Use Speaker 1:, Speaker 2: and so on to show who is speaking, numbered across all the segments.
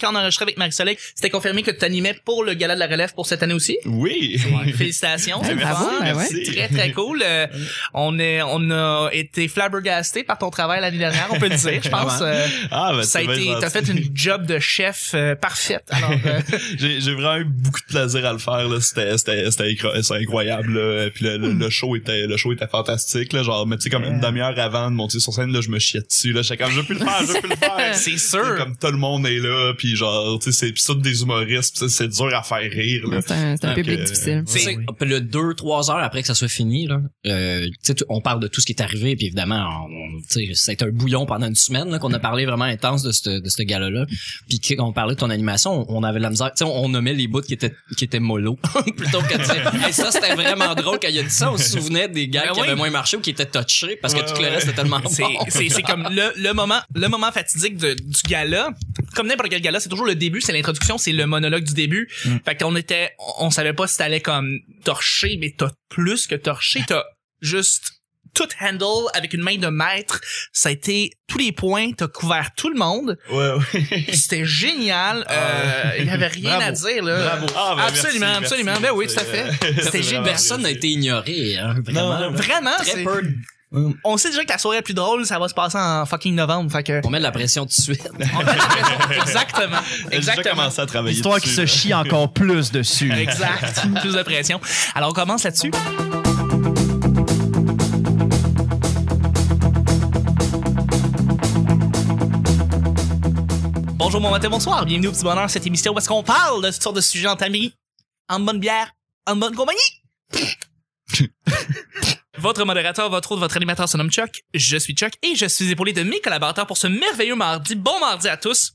Speaker 1: quand on enregistrait avec Marie-Soleil, c'était confirmé que tu animais pour le Gala de la Relève pour cette année aussi.
Speaker 2: Oui.
Speaker 1: Félicitations.
Speaker 2: Ah,
Speaker 1: c'est
Speaker 2: merci,
Speaker 1: fun.
Speaker 2: merci.
Speaker 1: Très, très cool. Euh, on est, on a été flabbergasté par ton travail l'année dernière, on peut le dire, je pense. Euh,
Speaker 2: Ah, ben,
Speaker 1: ça a
Speaker 2: c'est bien
Speaker 1: été,
Speaker 2: gentil.
Speaker 1: t'as fait une job de chef euh, parfaite. Alors, euh,
Speaker 2: j'ai, j'ai vraiment eu beaucoup de plaisir à le faire là. C'était, c'était, c'était, incro- c'est incroyable. Là. Puis le, le, le show était, le show était fantastique. Là, genre, mais tu sais comme une demi-heure avant de monter sur scène, là, je me chiais dessus. Là, j'étais comme, je peux le faire, je peux le faire.
Speaker 1: euh, c'est
Speaker 2: C'est
Speaker 1: sûr.
Speaker 2: comme tout le monde est là, puis genre, tu sais, c'est pis ça des humoristes, pis ça, c'est dur à faire rire. Là.
Speaker 3: C'est un,
Speaker 1: Ah,
Speaker 3: c'est un
Speaker 2: Donc,
Speaker 3: public
Speaker 2: euh,
Speaker 3: difficile.
Speaker 4: Tu sais, puis le 2-3 heures après que ça soit fini, là, euh, tu sais, tu- on parle de tout ce qui est arrivé, puis évidemment, on, on- tu sais, c'est un bouillon pendant une semaine là, qu'on a parlé vraiment intense de ce de ce gars-là. Puis que- quand on parlait de ton animation, on on avait de la misère. Tu sais, on, on nommait les bouts qui étaient qui étaient mollo plutôt que de dire, Hey, ça c'était vraiment drôle quand il a dit ça. On se souvenait des gars
Speaker 1: Ben
Speaker 4: qui
Speaker 1: oui.
Speaker 4: avaient moins marché ou qui étaient touchés parce que
Speaker 2: Ouais,
Speaker 4: tout le
Speaker 2: ouais.
Speaker 4: reste était tellement bon.
Speaker 1: C'est, c'est, c'est comme le, le moment, le moment fatidique de- du gala. Comme n'importe quel gala, c'est toujours le début, c'est l'introduction, c'est le monologue du début.
Speaker 4: Mm.
Speaker 1: Fait qu'on était, on, on savait pas si t'allais comme torcher, mais t'as plus que torcher, t'as juste tout handle avec une main de maître. Ça a été tous les points, t'as couvert tout le monde.
Speaker 2: Ouais, ouais.
Speaker 1: C'était génial. Euh,
Speaker 4: Ah.
Speaker 1: il y avait rien
Speaker 2: Bravo.
Speaker 1: à dire, là.
Speaker 2: Bravo. Ah, ben,
Speaker 1: absolument,
Speaker 2: merci,
Speaker 1: absolument.
Speaker 2: merci.
Speaker 1: ben oui, tout
Speaker 2: C'est-
Speaker 1: à fait.
Speaker 2: c'est
Speaker 1: C'était
Speaker 2: vraiment
Speaker 1: génial.
Speaker 4: Personne n'a été ignoré, hein, vraiment.
Speaker 2: Non, non,
Speaker 4: là.
Speaker 1: Vraiment,
Speaker 4: Très
Speaker 1: c'est-
Speaker 4: peu.
Speaker 1: on sait déjà que la soirée la plus drôle, ça va se passer en fucking novembre. Fait que,
Speaker 4: On met de la pression tout de suite.
Speaker 1: on met la pression. exactement.
Speaker 2: J'ai déjà
Speaker 1: Exactement.
Speaker 2: commencé à travailler
Speaker 5: Histoire qui
Speaker 2: dessus,
Speaker 5: se
Speaker 2: là.
Speaker 5: chie encore plus dessus.
Speaker 1: Exact. Plus de pression. Alors, on commence là-dessus. Bonjour, bon matin, bonsoir. Bienvenue au petit bonheur, cette émission où est-ce qu'on parle de toutes sortes de sujets en tamis, en bonne bière, en bonne compagnie. Votre modérateur, votre autre, votre animateur se nomme Chuck. Je suis Chuck et je suis épaulé de mes collaborateurs pour ce merveilleux mardi. Bon mardi à tous.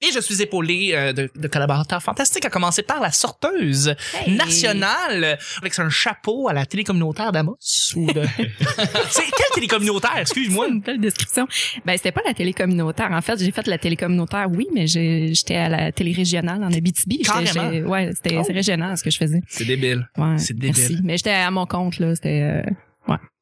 Speaker 1: Et je suis épaulé euh, de, de collaborateurs fantastiques, à commencer par la sorteuse
Speaker 3: Hey.
Speaker 1: nationale avec un chapeau à la télécommunautaire d'Amos. Ou de... C'est quelle télécommunautaire, excuse-moi?
Speaker 3: C'est une belle description. Ben, c'était pas la télécommunautaire. En fait, j'ai fait la télécommunautaire, oui, mais j'ai- j'étais à la télé régionale en Abitibi. J'étais-
Speaker 1: Carrément.
Speaker 3: j'ai- Ouais, c'était c'est régional ce que je faisais.
Speaker 1: C'est débile.
Speaker 3: Ouais.
Speaker 1: C'est débile.
Speaker 3: Merci. Mais j'étais à mon compte, là. C'était, euh,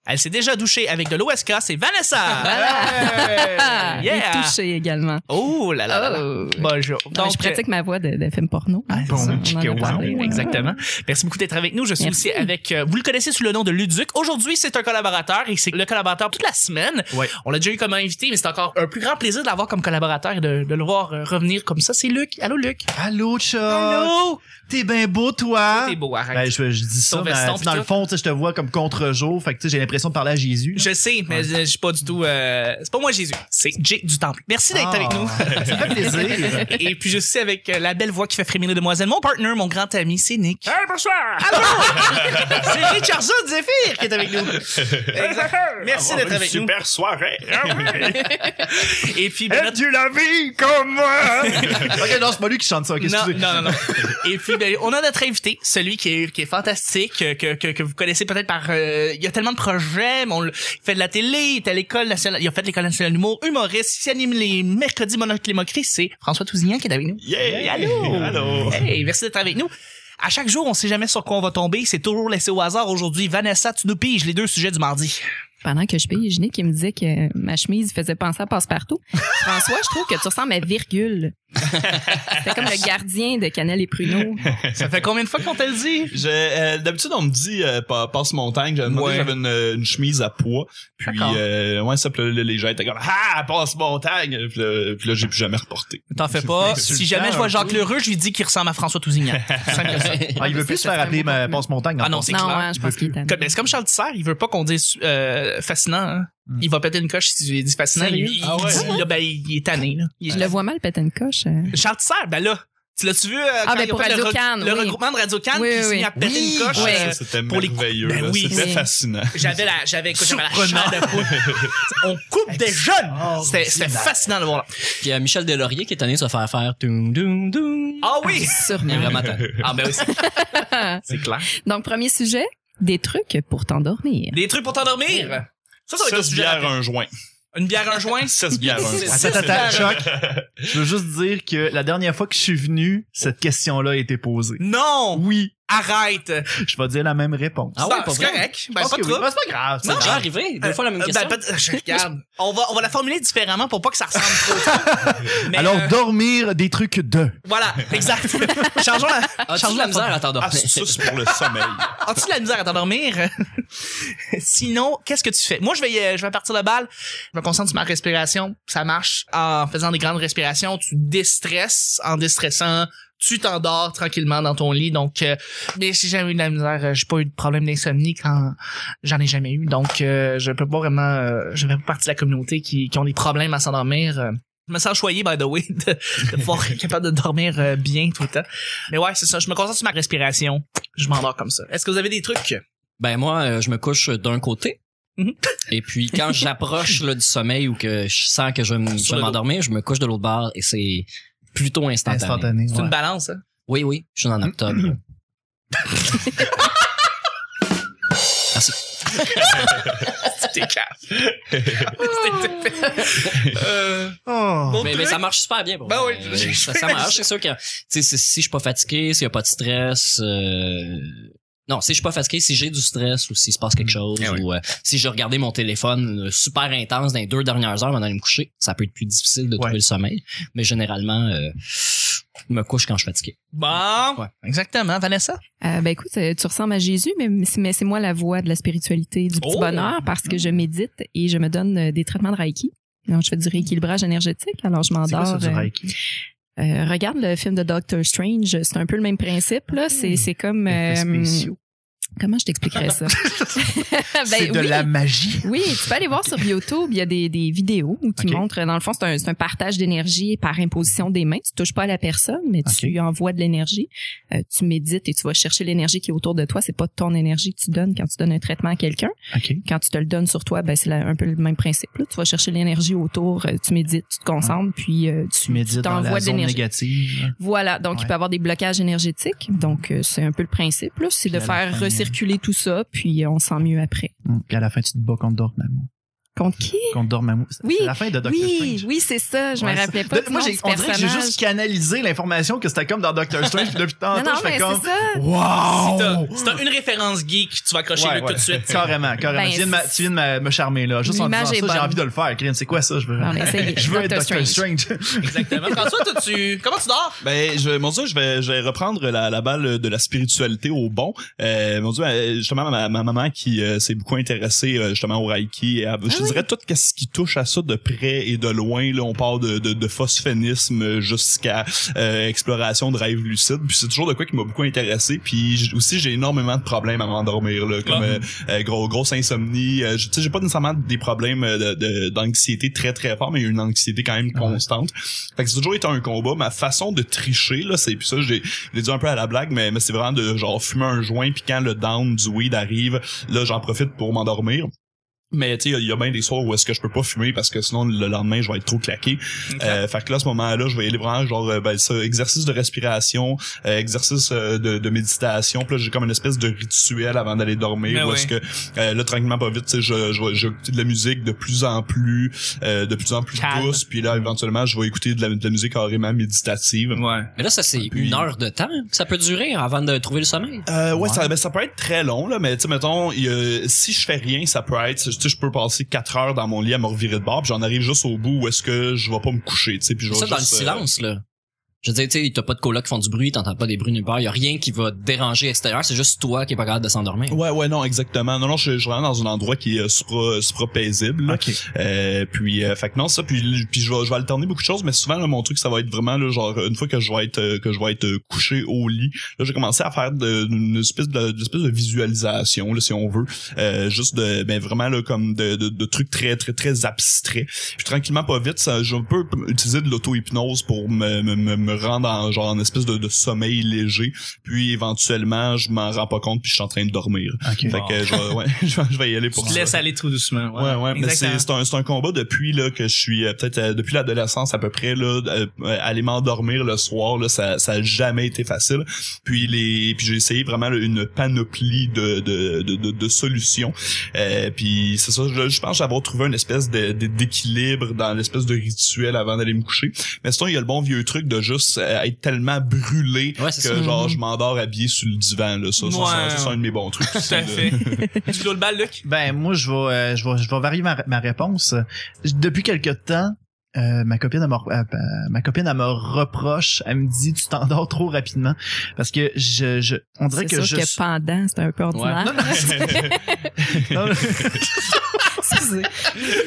Speaker 1: Elle s'est déjà douchée avec de l'OSK, c'est Vanessa!
Speaker 3: ah,
Speaker 1: Hey!
Speaker 3: et
Speaker 1: Yeah!
Speaker 3: touché également.
Speaker 1: Oh là là là là.
Speaker 3: Oh.
Speaker 1: Bonjour.
Speaker 3: Ouais, je pratique ma voix de, de film porno.
Speaker 1: Ah,
Speaker 3: Ça, on en a
Speaker 1: chicken wow.
Speaker 3: parlé, ouais.
Speaker 1: Exactement. Merci beaucoup d'être avec nous. Je suis
Speaker 3: Merci.
Speaker 1: aussi avec, euh, vous le connaissez sous le nom de Luduc. Aujourd'hui, c'est un collaborateur et c'est le collaborateur toute la semaine.
Speaker 5: Ouais.
Speaker 1: On l'a déjà eu comme invité, mais c'est encore un plus grand plaisir de l'avoir comme collaborateur et de, de le voir euh, revenir comme ça. C'est Luc. Allô, Luc.
Speaker 5: Allô, Chuck!
Speaker 1: Allô.
Speaker 5: T'es bien beau, toi!
Speaker 1: T'es beau, arrête.
Speaker 5: Ben, je, je dis ça,
Speaker 1: Ton
Speaker 5: mais
Speaker 1: veston,
Speaker 5: tu sais,
Speaker 1: pis
Speaker 5: dans
Speaker 1: tout.
Speaker 5: le fond, tu sais, je te vois comme contre-jour. Fait que tu sais, j'ai l'impression de parler à Jésus.
Speaker 1: Je sais, mais je je suis pas du tout. euh, c'est pas moi Jésus, c'est Jake du Temple. Merci d'être
Speaker 5: Ah,
Speaker 1: avec nous.
Speaker 5: Ça fait plaisir.
Speaker 1: Et puis je suis avec euh, la belle voix qui fait frémir les demoiselles. Mon partner, mon grand ami, c'est Nick. Hey, bonsoir! Allô! c'est Richardson Zephyr qui est avec nous. Exact. Merci d'être avec nous.
Speaker 2: Super soirée.
Speaker 1: Et puis, ben, notre-
Speaker 5: tu la vie comme moi? ok, non, c'est pas lui qui chante ça. ok,
Speaker 1: non,
Speaker 5: excusez.
Speaker 1: non, non, non. Et puis, ben, on a notre invité, celui qui est, qui est fantastique, euh, que, que, que vous connaissez peut-être par... euh, il y a tellement de projets, mais on le- il fait de la télé, il est à l'école nationale, il a fait l'école nationale d'humour, humoriste, il anime les mercredis monocles moqueries, c'est François Tousignan qui est avec nous.
Speaker 2: Yeah!
Speaker 1: allô.
Speaker 2: Allô!
Speaker 1: Hey, merci d'être avec nous. À chaque jour, on sait jamais sur quoi on va tomber, c'est toujours laissé au hasard. Aujourd'hui, Vanessa, tu nous piges les deux sujets du mardi.
Speaker 3: Pendant que je pige, Nick, il me disait que ma chemise faisait penser à Passepartout. François, je trouve que tu ressembles à Virgule. C'était comme le gardien de Canel et Pruneau.
Speaker 1: Ça fait combien de fois qu'on te le dit?
Speaker 2: Je- euh, D'habitude, on me dit euh, pa- passe montagne. J'avais demandé
Speaker 1: Ouais.
Speaker 2: si j'avais une, euh, une chemise à poids. Puis,
Speaker 1: D'accord.
Speaker 2: euh, ouais, ça, puis là, les gens étaient comme Ah, passe montagne. Puis là, puis là, j'ai plus jamais reporté.
Speaker 1: T'en fais pas.
Speaker 5: Je suis
Speaker 1: Si jamais je vois Jacques Lheureux, je lui dis qu'il ressemble à François Tousignan. Simple que ça.
Speaker 5: Ah, il veut plus se faire appeler ma passe montagne.
Speaker 1: Ah non, c'est
Speaker 3: Non, hein.
Speaker 1: clair.
Speaker 5: hein,
Speaker 3: ouais, je pense qu'il est tanné.
Speaker 1: Comme- mais c'est comme Charles Tissère, il veut pas qu'on dise euh, fascinant. hein. Il va péter une coche si tu lui dis fascinant. Il,
Speaker 3: Sérieux?
Speaker 1: il-
Speaker 2: Ah ouais?
Speaker 1: il dit, là, ben, il est tanné. Là. Il-
Speaker 3: Je le vois mal péter une coche. euh.
Speaker 1: Charles Tissère, ben là, tu l'as-tu vu euh, quand
Speaker 3: ben,
Speaker 1: il a
Speaker 3: pour
Speaker 1: fait le,
Speaker 3: Radio-Can,
Speaker 1: le
Speaker 3: oui.
Speaker 1: regroupement de Radio-Can
Speaker 3: Oui,
Speaker 1: qui s'est
Speaker 3: oui,
Speaker 1: mis à
Speaker 3: oui.
Speaker 1: péter une coche?
Speaker 3: oui.
Speaker 1: euh,
Speaker 2: Ça, C'était
Speaker 1: pour les
Speaker 2: merveilleux.
Speaker 1: Ben
Speaker 2: là.
Speaker 1: oui.
Speaker 2: C'était
Speaker 3: Oui.
Speaker 2: fascinant.
Speaker 1: J'avais la, j'avais, écoute, j'avais la
Speaker 5: Surprenant.
Speaker 1: chair de poule. On coupe des jeunes!
Speaker 5: Ah,
Speaker 1: C'était, c'était fascinant de voir là.
Speaker 4: Puis euh, Michel Delaurier qui est tanné de se faire faire doum doum doum.
Speaker 1: Ah oui!
Speaker 4: Il est
Speaker 3: Sûrement.
Speaker 4: vraiment tanné.
Speaker 1: Ah ben oui, c'est- c'est clair.
Speaker 3: Donc, premier sujet, des trucs pour t'endormir.
Speaker 1: Des trucs pour t'endormir. Ça, ça va être un
Speaker 2: Six
Speaker 1: sujet.
Speaker 2: bières,
Speaker 1: rapide.
Speaker 2: un joint.
Speaker 1: Une bière, un joint.
Speaker 2: Six bières, un joint.
Speaker 5: Attends, attends, Chuck. Je veux juste dire que la dernière fois que je suis venu, cette question-là a été posée.
Speaker 1: Non!
Speaker 5: Oui,
Speaker 1: arrête.
Speaker 5: Je vais dire la même réponse.
Speaker 4: Ah ouais,
Speaker 1: C'est-
Speaker 4: pas
Speaker 1: c'est
Speaker 4: vrai?
Speaker 1: correct.
Speaker 5: Je
Speaker 1: Ben,
Speaker 5: pense
Speaker 1: pas
Speaker 5: que oui.
Speaker 1: trop.
Speaker 5: Ben, c'est pas grave.
Speaker 4: C'est
Speaker 5: ça.
Speaker 4: déjà arrivé. Deux fois la même
Speaker 1: Euh,
Speaker 4: question.
Speaker 1: ben, peut- je regarde. On va, on va la formuler différemment pour pas que ça ressemble trop. trop. Mais,
Speaker 5: Alors,
Speaker 1: euh,
Speaker 5: dormir des trucs de.
Speaker 1: voilà, exact. Changeons la,
Speaker 4: As-tu
Speaker 1: changeons
Speaker 4: de la misère à t'endormir?
Speaker 1: Ah,
Speaker 2: Astuce pour le sommeil.
Speaker 1: As-tu de la misère à t'endormir? Sinon, qu'est-ce que tu fais? Moi, je vais, euh, je vais partir de balle. Je me concentre sur ma respiration. Ça marche. En faisant des grandes respirations, tu déstresses. En déstressant, tu t'endors tranquillement dans ton lit. Donc, euh, mais j'ai jamais eu de la misère. euh, J'ai pas eu de problème d'insomnie quand j'en ai jamais eu. Donc, euh, je peux pas vraiment, euh, je fais pas partie de la communauté qui, qui ont des problèmes à s'endormir. euh. Je me sens choyé, by the way, de, de pouvoir être capable de dormir euh, bien tout le temps. Mais ouais, c'est ça. Je me concentre sur ma respiration je m'endors comme ça. Est-ce que vous avez des trucs?
Speaker 4: Ben moi, euh, je me couche d'un côté.
Speaker 1: Mhm.
Speaker 4: Et puis quand j'approche là, du sommeil ou que je sens que je vais m- je
Speaker 1: Sur
Speaker 4: vais
Speaker 1: le
Speaker 4: m'endormir, je me couche de l'autre barre et c'est plutôt instantané.
Speaker 5: Instantané.
Speaker 1: C'est
Speaker 5: ouais.
Speaker 1: une balance, hein?
Speaker 4: Oui, oui, je suis en octobre. là. Merci.
Speaker 1: T'es caf. euh,
Speaker 5: Oh.
Speaker 1: bon
Speaker 4: Mais, mais
Speaker 1: truc.
Speaker 4: ça marche super bien. Pour
Speaker 1: Ben
Speaker 4: vrai.
Speaker 1: oui,
Speaker 4: Euh,
Speaker 1: j'ai-
Speaker 4: ça, ça marche. C'est sûr que tu sais, si si je suis pas fatigué, s'il y a pas de stress, euh, non, si je suis pas fatigué, si j'ai du stress ou s'il se passe quelque chose
Speaker 2: Eh oui.
Speaker 4: ou euh, si j'ai regardé mon téléphone euh, super intense dans les deux dernières heures avant d'aller me coucher, ça peut être plus difficile de
Speaker 5: Ouais.
Speaker 4: trouver le sommeil. Mais généralement, euh, je me couche quand je suis fatigué.
Speaker 1: Bon.
Speaker 4: Ouais.
Speaker 1: Exactement. Vanessa?
Speaker 3: Euh, ben écoute, euh, tu ressembles à Jésus, mais, mais c'est moi la voix de la spiritualité, du petit
Speaker 1: Oh!
Speaker 3: bonheur, parce que je médite et je me donne euh, des traitements de Reiki. Donc, je fais du rééquilibrage énergétique, alors je
Speaker 5: C'est quoi ça
Speaker 3: m'endors.
Speaker 5: du
Speaker 3: euh,
Speaker 5: Reiki?
Speaker 3: euh, regarde le film de Doctor Strange, c'est un peu le même principe, là. C'est, c'est comme.
Speaker 5: Hmm. Effets
Speaker 3: euh,
Speaker 5: spéciaux.
Speaker 3: comment je t'expliquerais ça? Ben
Speaker 5: c'est de
Speaker 3: oui.
Speaker 5: la magie.
Speaker 3: Oui, tu peux aller voir sur YouTube, il y a des, des vidéos qui
Speaker 5: Ok.
Speaker 3: montrent, dans le fond, c'est un, c'est un partage d'énergie par imposition des mains. Tu touches pas à la personne, mais tu
Speaker 5: Ok.
Speaker 3: lui envoies de l'énergie. Euh, tu médites et tu vas chercher l'énergie qui est autour de toi. C'est pas ton énergie que tu donnes quand tu donnes un traitement à quelqu'un.
Speaker 5: OK.
Speaker 3: Quand tu te le donnes sur toi, ben, c'est la- un peu le même principe. là. Tu vas chercher l'énergie autour, euh, tu médites, tu te concentres, puis euh, tu
Speaker 5: Tu médites dans
Speaker 3: t'envoies
Speaker 5: la
Speaker 3: de
Speaker 5: zone
Speaker 3: l'énergie.
Speaker 5: négative.
Speaker 3: voilà, donc il
Speaker 5: Ouais.
Speaker 3: peut avoir des blocages énergétiques. Donc euh, c'est un peu le principe, là, c'est
Speaker 5: Puis
Speaker 3: de
Speaker 5: à la
Speaker 3: faire
Speaker 5: fin, euh,
Speaker 3: recirculer tout ça, puis euh, on se sent mieux après.
Speaker 5: Hum, Puis à la fin, tu te bats contre Dormammu.
Speaker 3: Contre qui
Speaker 5: Contre Dormammu. C'est-
Speaker 3: Oui,
Speaker 5: C'est la fin de Doctor
Speaker 3: Oui,
Speaker 5: Strange.
Speaker 3: oui, c'est ça. Je
Speaker 5: Ouais,
Speaker 3: me
Speaker 5: ça-
Speaker 3: rappelais pas.
Speaker 5: De-
Speaker 3: du
Speaker 5: moi,
Speaker 3: nom
Speaker 5: j'ai,
Speaker 3: du
Speaker 5: on dirait que j'ai
Speaker 3: personnage.
Speaker 5: juste canalisé l'information que c'était comme dans Doctor Strange, puis depuis
Speaker 3: Non,
Speaker 5: tantôt,
Speaker 3: non,
Speaker 5: je
Speaker 3: mais
Speaker 5: fais comme,
Speaker 3: c'est ça.
Speaker 1: Si t'as
Speaker 5: wow!
Speaker 1: si t'as une référence geek, tu vas accrocher
Speaker 5: Ouais,
Speaker 1: Luc
Speaker 5: ouais.
Speaker 1: tout de suite.
Speaker 5: Carrément, carrément.
Speaker 3: Ben,
Speaker 5: tu viens de, ma- tu viens de ma- me charmer, là. Juste en disant
Speaker 3: L'image
Speaker 5: ça,
Speaker 3: est
Speaker 5: j'ai
Speaker 3: bonne.
Speaker 5: envie de le faire. Crime, c'est quoi ça? Je veux,
Speaker 3: On essaye.
Speaker 5: je veux être
Speaker 3: Doctor
Speaker 5: Doctor Strange.
Speaker 1: Exactement. François, toi, tu, comment tu dors?
Speaker 2: Ben, je, mon Dieu, je vais, je vais reprendre la, la balle de la spiritualité au bon. Euh, mon Dieu, euh, justement, ma, ma maman qui euh, s'est beaucoup intéressée euh, justement au Reiki, et à- je dirais tout ce qui touche à ça de près et de loin. Là, on part de, de, de phosphénisme jusqu'à euh, exploration de rêves lucides. Puis c'est toujours de quoi qui m'a beaucoup intéressé. Puis j- aussi, j'ai énormément de problèmes à m'endormir, là, comme
Speaker 1: Ah.
Speaker 2: euh, euh, gros, grosse insomnie. Euh, je- tu sais, j'ai pas nécessairement des problèmes euh, de- de- d'anxiété très très fort, mais une anxiété quand même constante. Fait que c'est toujours été un combat. Ma façon de tricher, là, c'est puis ça, j'ai l'ai dit un peu à la blague, mais, mais c'est vraiment de genre fumer un joint puis quand le down du weed arrive, là, j'en profite pour m'endormir. Mais tu sais, il y a- il y a bien des soirs où est-ce que je peux pas fumer parce que sinon le lendemain je vais être trop claqué. Euh, fait que là, à ce moment-là, je vais aller vraiment genre euh, ben, ça, exercice de respiration, euh, exercice euh, de, de méditation. Puis là, j'ai comme une espèce de rituel avant d'aller dormir.
Speaker 1: Ben
Speaker 2: où
Speaker 1: oui.
Speaker 2: est-ce que euh, là tranquillement pas vite, tu sais, je, je, vais- je vais écouter de la musique de plus en plus, euh, de plus en plus
Speaker 1: Calme.
Speaker 2: douce. Puis là, éventuellement, je vais écouter de la, de la musique carrément méditative.
Speaker 1: Ouais.
Speaker 4: Mais là, ça, c'est
Speaker 2: Ah, puis-
Speaker 4: une heure de temps. Ça peut durer avant de trouver le sommeil.
Speaker 2: Euh, ouais,
Speaker 5: Ouais.
Speaker 2: Ça, ben, ça peut être très long, là, mais tu sais, mettons, il y a- si je fais rien, ça peut être, tu sais, je peux passer quatre heures dans mon lit à me revirer de bord, puis j'en arrive juste au bout où est-ce que je vais pas me coucher, tu sais, puis je vais
Speaker 4: Ça, dans le
Speaker 2: juste, euh,
Speaker 4: silence, là. Je veux dire, tu sais, t'as pas de colocs qui font du bruit, t'entends pas des bruits nulle part, y a rien qui va te déranger extérieur, c'est juste toi qui est pas capable de s'endormir.
Speaker 2: Ouais, ouais, non, exactement. Non, non, je je suis vraiment dans un endroit qui est euh, supra, supra paisible. là.
Speaker 5: OK.
Speaker 2: Euh, puis, euh, fait que non, ça, puis, puis je, vais, je vais alterner beaucoup de choses, mais souvent, là, mon truc, ça va être vraiment, là, genre, une fois que je vais être, euh, que je vais être euh, couché au lit, là, j'ai commencé à faire de, une, espèce de, une espèce de visualisation, là, si on veut, euh, juste de, ben, vraiment, là, comme de, de, de trucs très, très, très abstraits. Puis, tranquillement, pas vite, ça, je peux utiliser de l'auto-hypnose pour me, me, me, me rendre en, genre, en espèce de, de sommeil léger, puis, éventuellement, je m'en rends pas compte, puis je suis en train de dormir.
Speaker 5: OK.
Speaker 2: Fait que je vais, ouais, je vais- je vais y aller
Speaker 1: Tu
Speaker 2: pour
Speaker 1: te
Speaker 2: ça.
Speaker 1: laisses aller tout doucement.
Speaker 2: Ouais, ouais, mais c'est
Speaker 1: Exactement.
Speaker 2: c'est un, c'est un combat depuis là que je suis euh, peut-être euh, depuis l'adolescence à peu près là euh, euh, aller m'endormir le soir là ça ça a jamais été facile. Puis les puis j'ai essayé vraiment là, une panoplie de de de, de, de solutions. Euh, puis c'est ça je, je pense avoir trouvé une espèce de- de- d'équilibre dans l'espèce de rituel avant d'aller me coucher. Mais sinon il y a le bon vieux truc de juste juste euh, être tellement brûlé
Speaker 4: Ouais, c'est
Speaker 2: que
Speaker 4: ça.
Speaker 2: genre je m'endors habillé sur le divan là ça, ça,
Speaker 1: Mm-hmm. Ouais.
Speaker 2: c'est- c'est un de mes bons trucs
Speaker 1: Tout à fait. tu l'as le bal, Luc?
Speaker 5: Ben moi je vais euh, je vais je vais varier ma, ma réponse. Je- Depuis quelque temps euh, ma copine elle me, re- elle- elle- ma copine elle me reproche, elle me dit tu t'endors trop rapidement parce que je je on dirait
Speaker 3: C'est
Speaker 5: que
Speaker 3: sûr
Speaker 5: je
Speaker 3: que
Speaker 5: suis-
Speaker 3: pendant, c'était un peu ordinaire.
Speaker 5: Non,
Speaker 3: Excusez.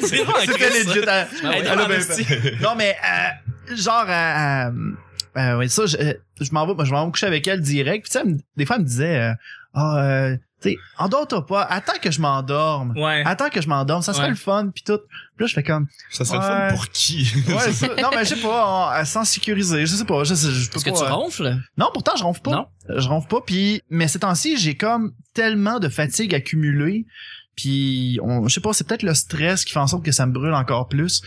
Speaker 1: C'est bon,
Speaker 5: C'était
Speaker 1: Chris. Ah
Speaker 5: legit. Elle-
Speaker 1: Ouais,
Speaker 5: elle
Speaker 1: ouais.
Speaker 5: a
Speaker 1: Ouais,
Speaker 5: bien
Speaker 1: mais
Speaker 5: fait.
Speaker 1: si.
Speaker 5: Non, mais euh, genre, euh, euh, euh, ouais, ça, je, euh, je m'en vais, moi, je m'en vais me coucher avec elle direct. Puis, tu sais, elle me- des fois, elle me disait, euh, ah, euh, tu sais, endors-toi pas, attends que je m'endorme.
Speaker 1: Ouais.
Speaker 5: Attends que je m'endorme, ça serait
Speaker 1: Ouais.
Speaker 5: le fun, puis tout. Puis là, je fais comme,
Speaker 2: ça serait
Speaker 5: Ouais.
Speaker 2: le fun pour qui
Speaker 5: ouais, ça- non, mais je sais pas, on- euh, sans sécuriser, je sais pas, je, sais- je peux
Speaker 4: Parce que
Speaker 5: pas,
Speaker 4: tu
Speaker 2: hein.
Speaker 5: euh,
Speaker 4: ronfles?
Speaker 5: Non, pourtant, je ronfle pas.
Speaker 4: Non.
Speaker 5: Je ronfle pas, puis mais ces temps-ci, j'ai comme tellement de fatigue accumulée, puis on, je sais pas, c'est peut-être le stress qui fait en sorte que ça me brûle encore plus,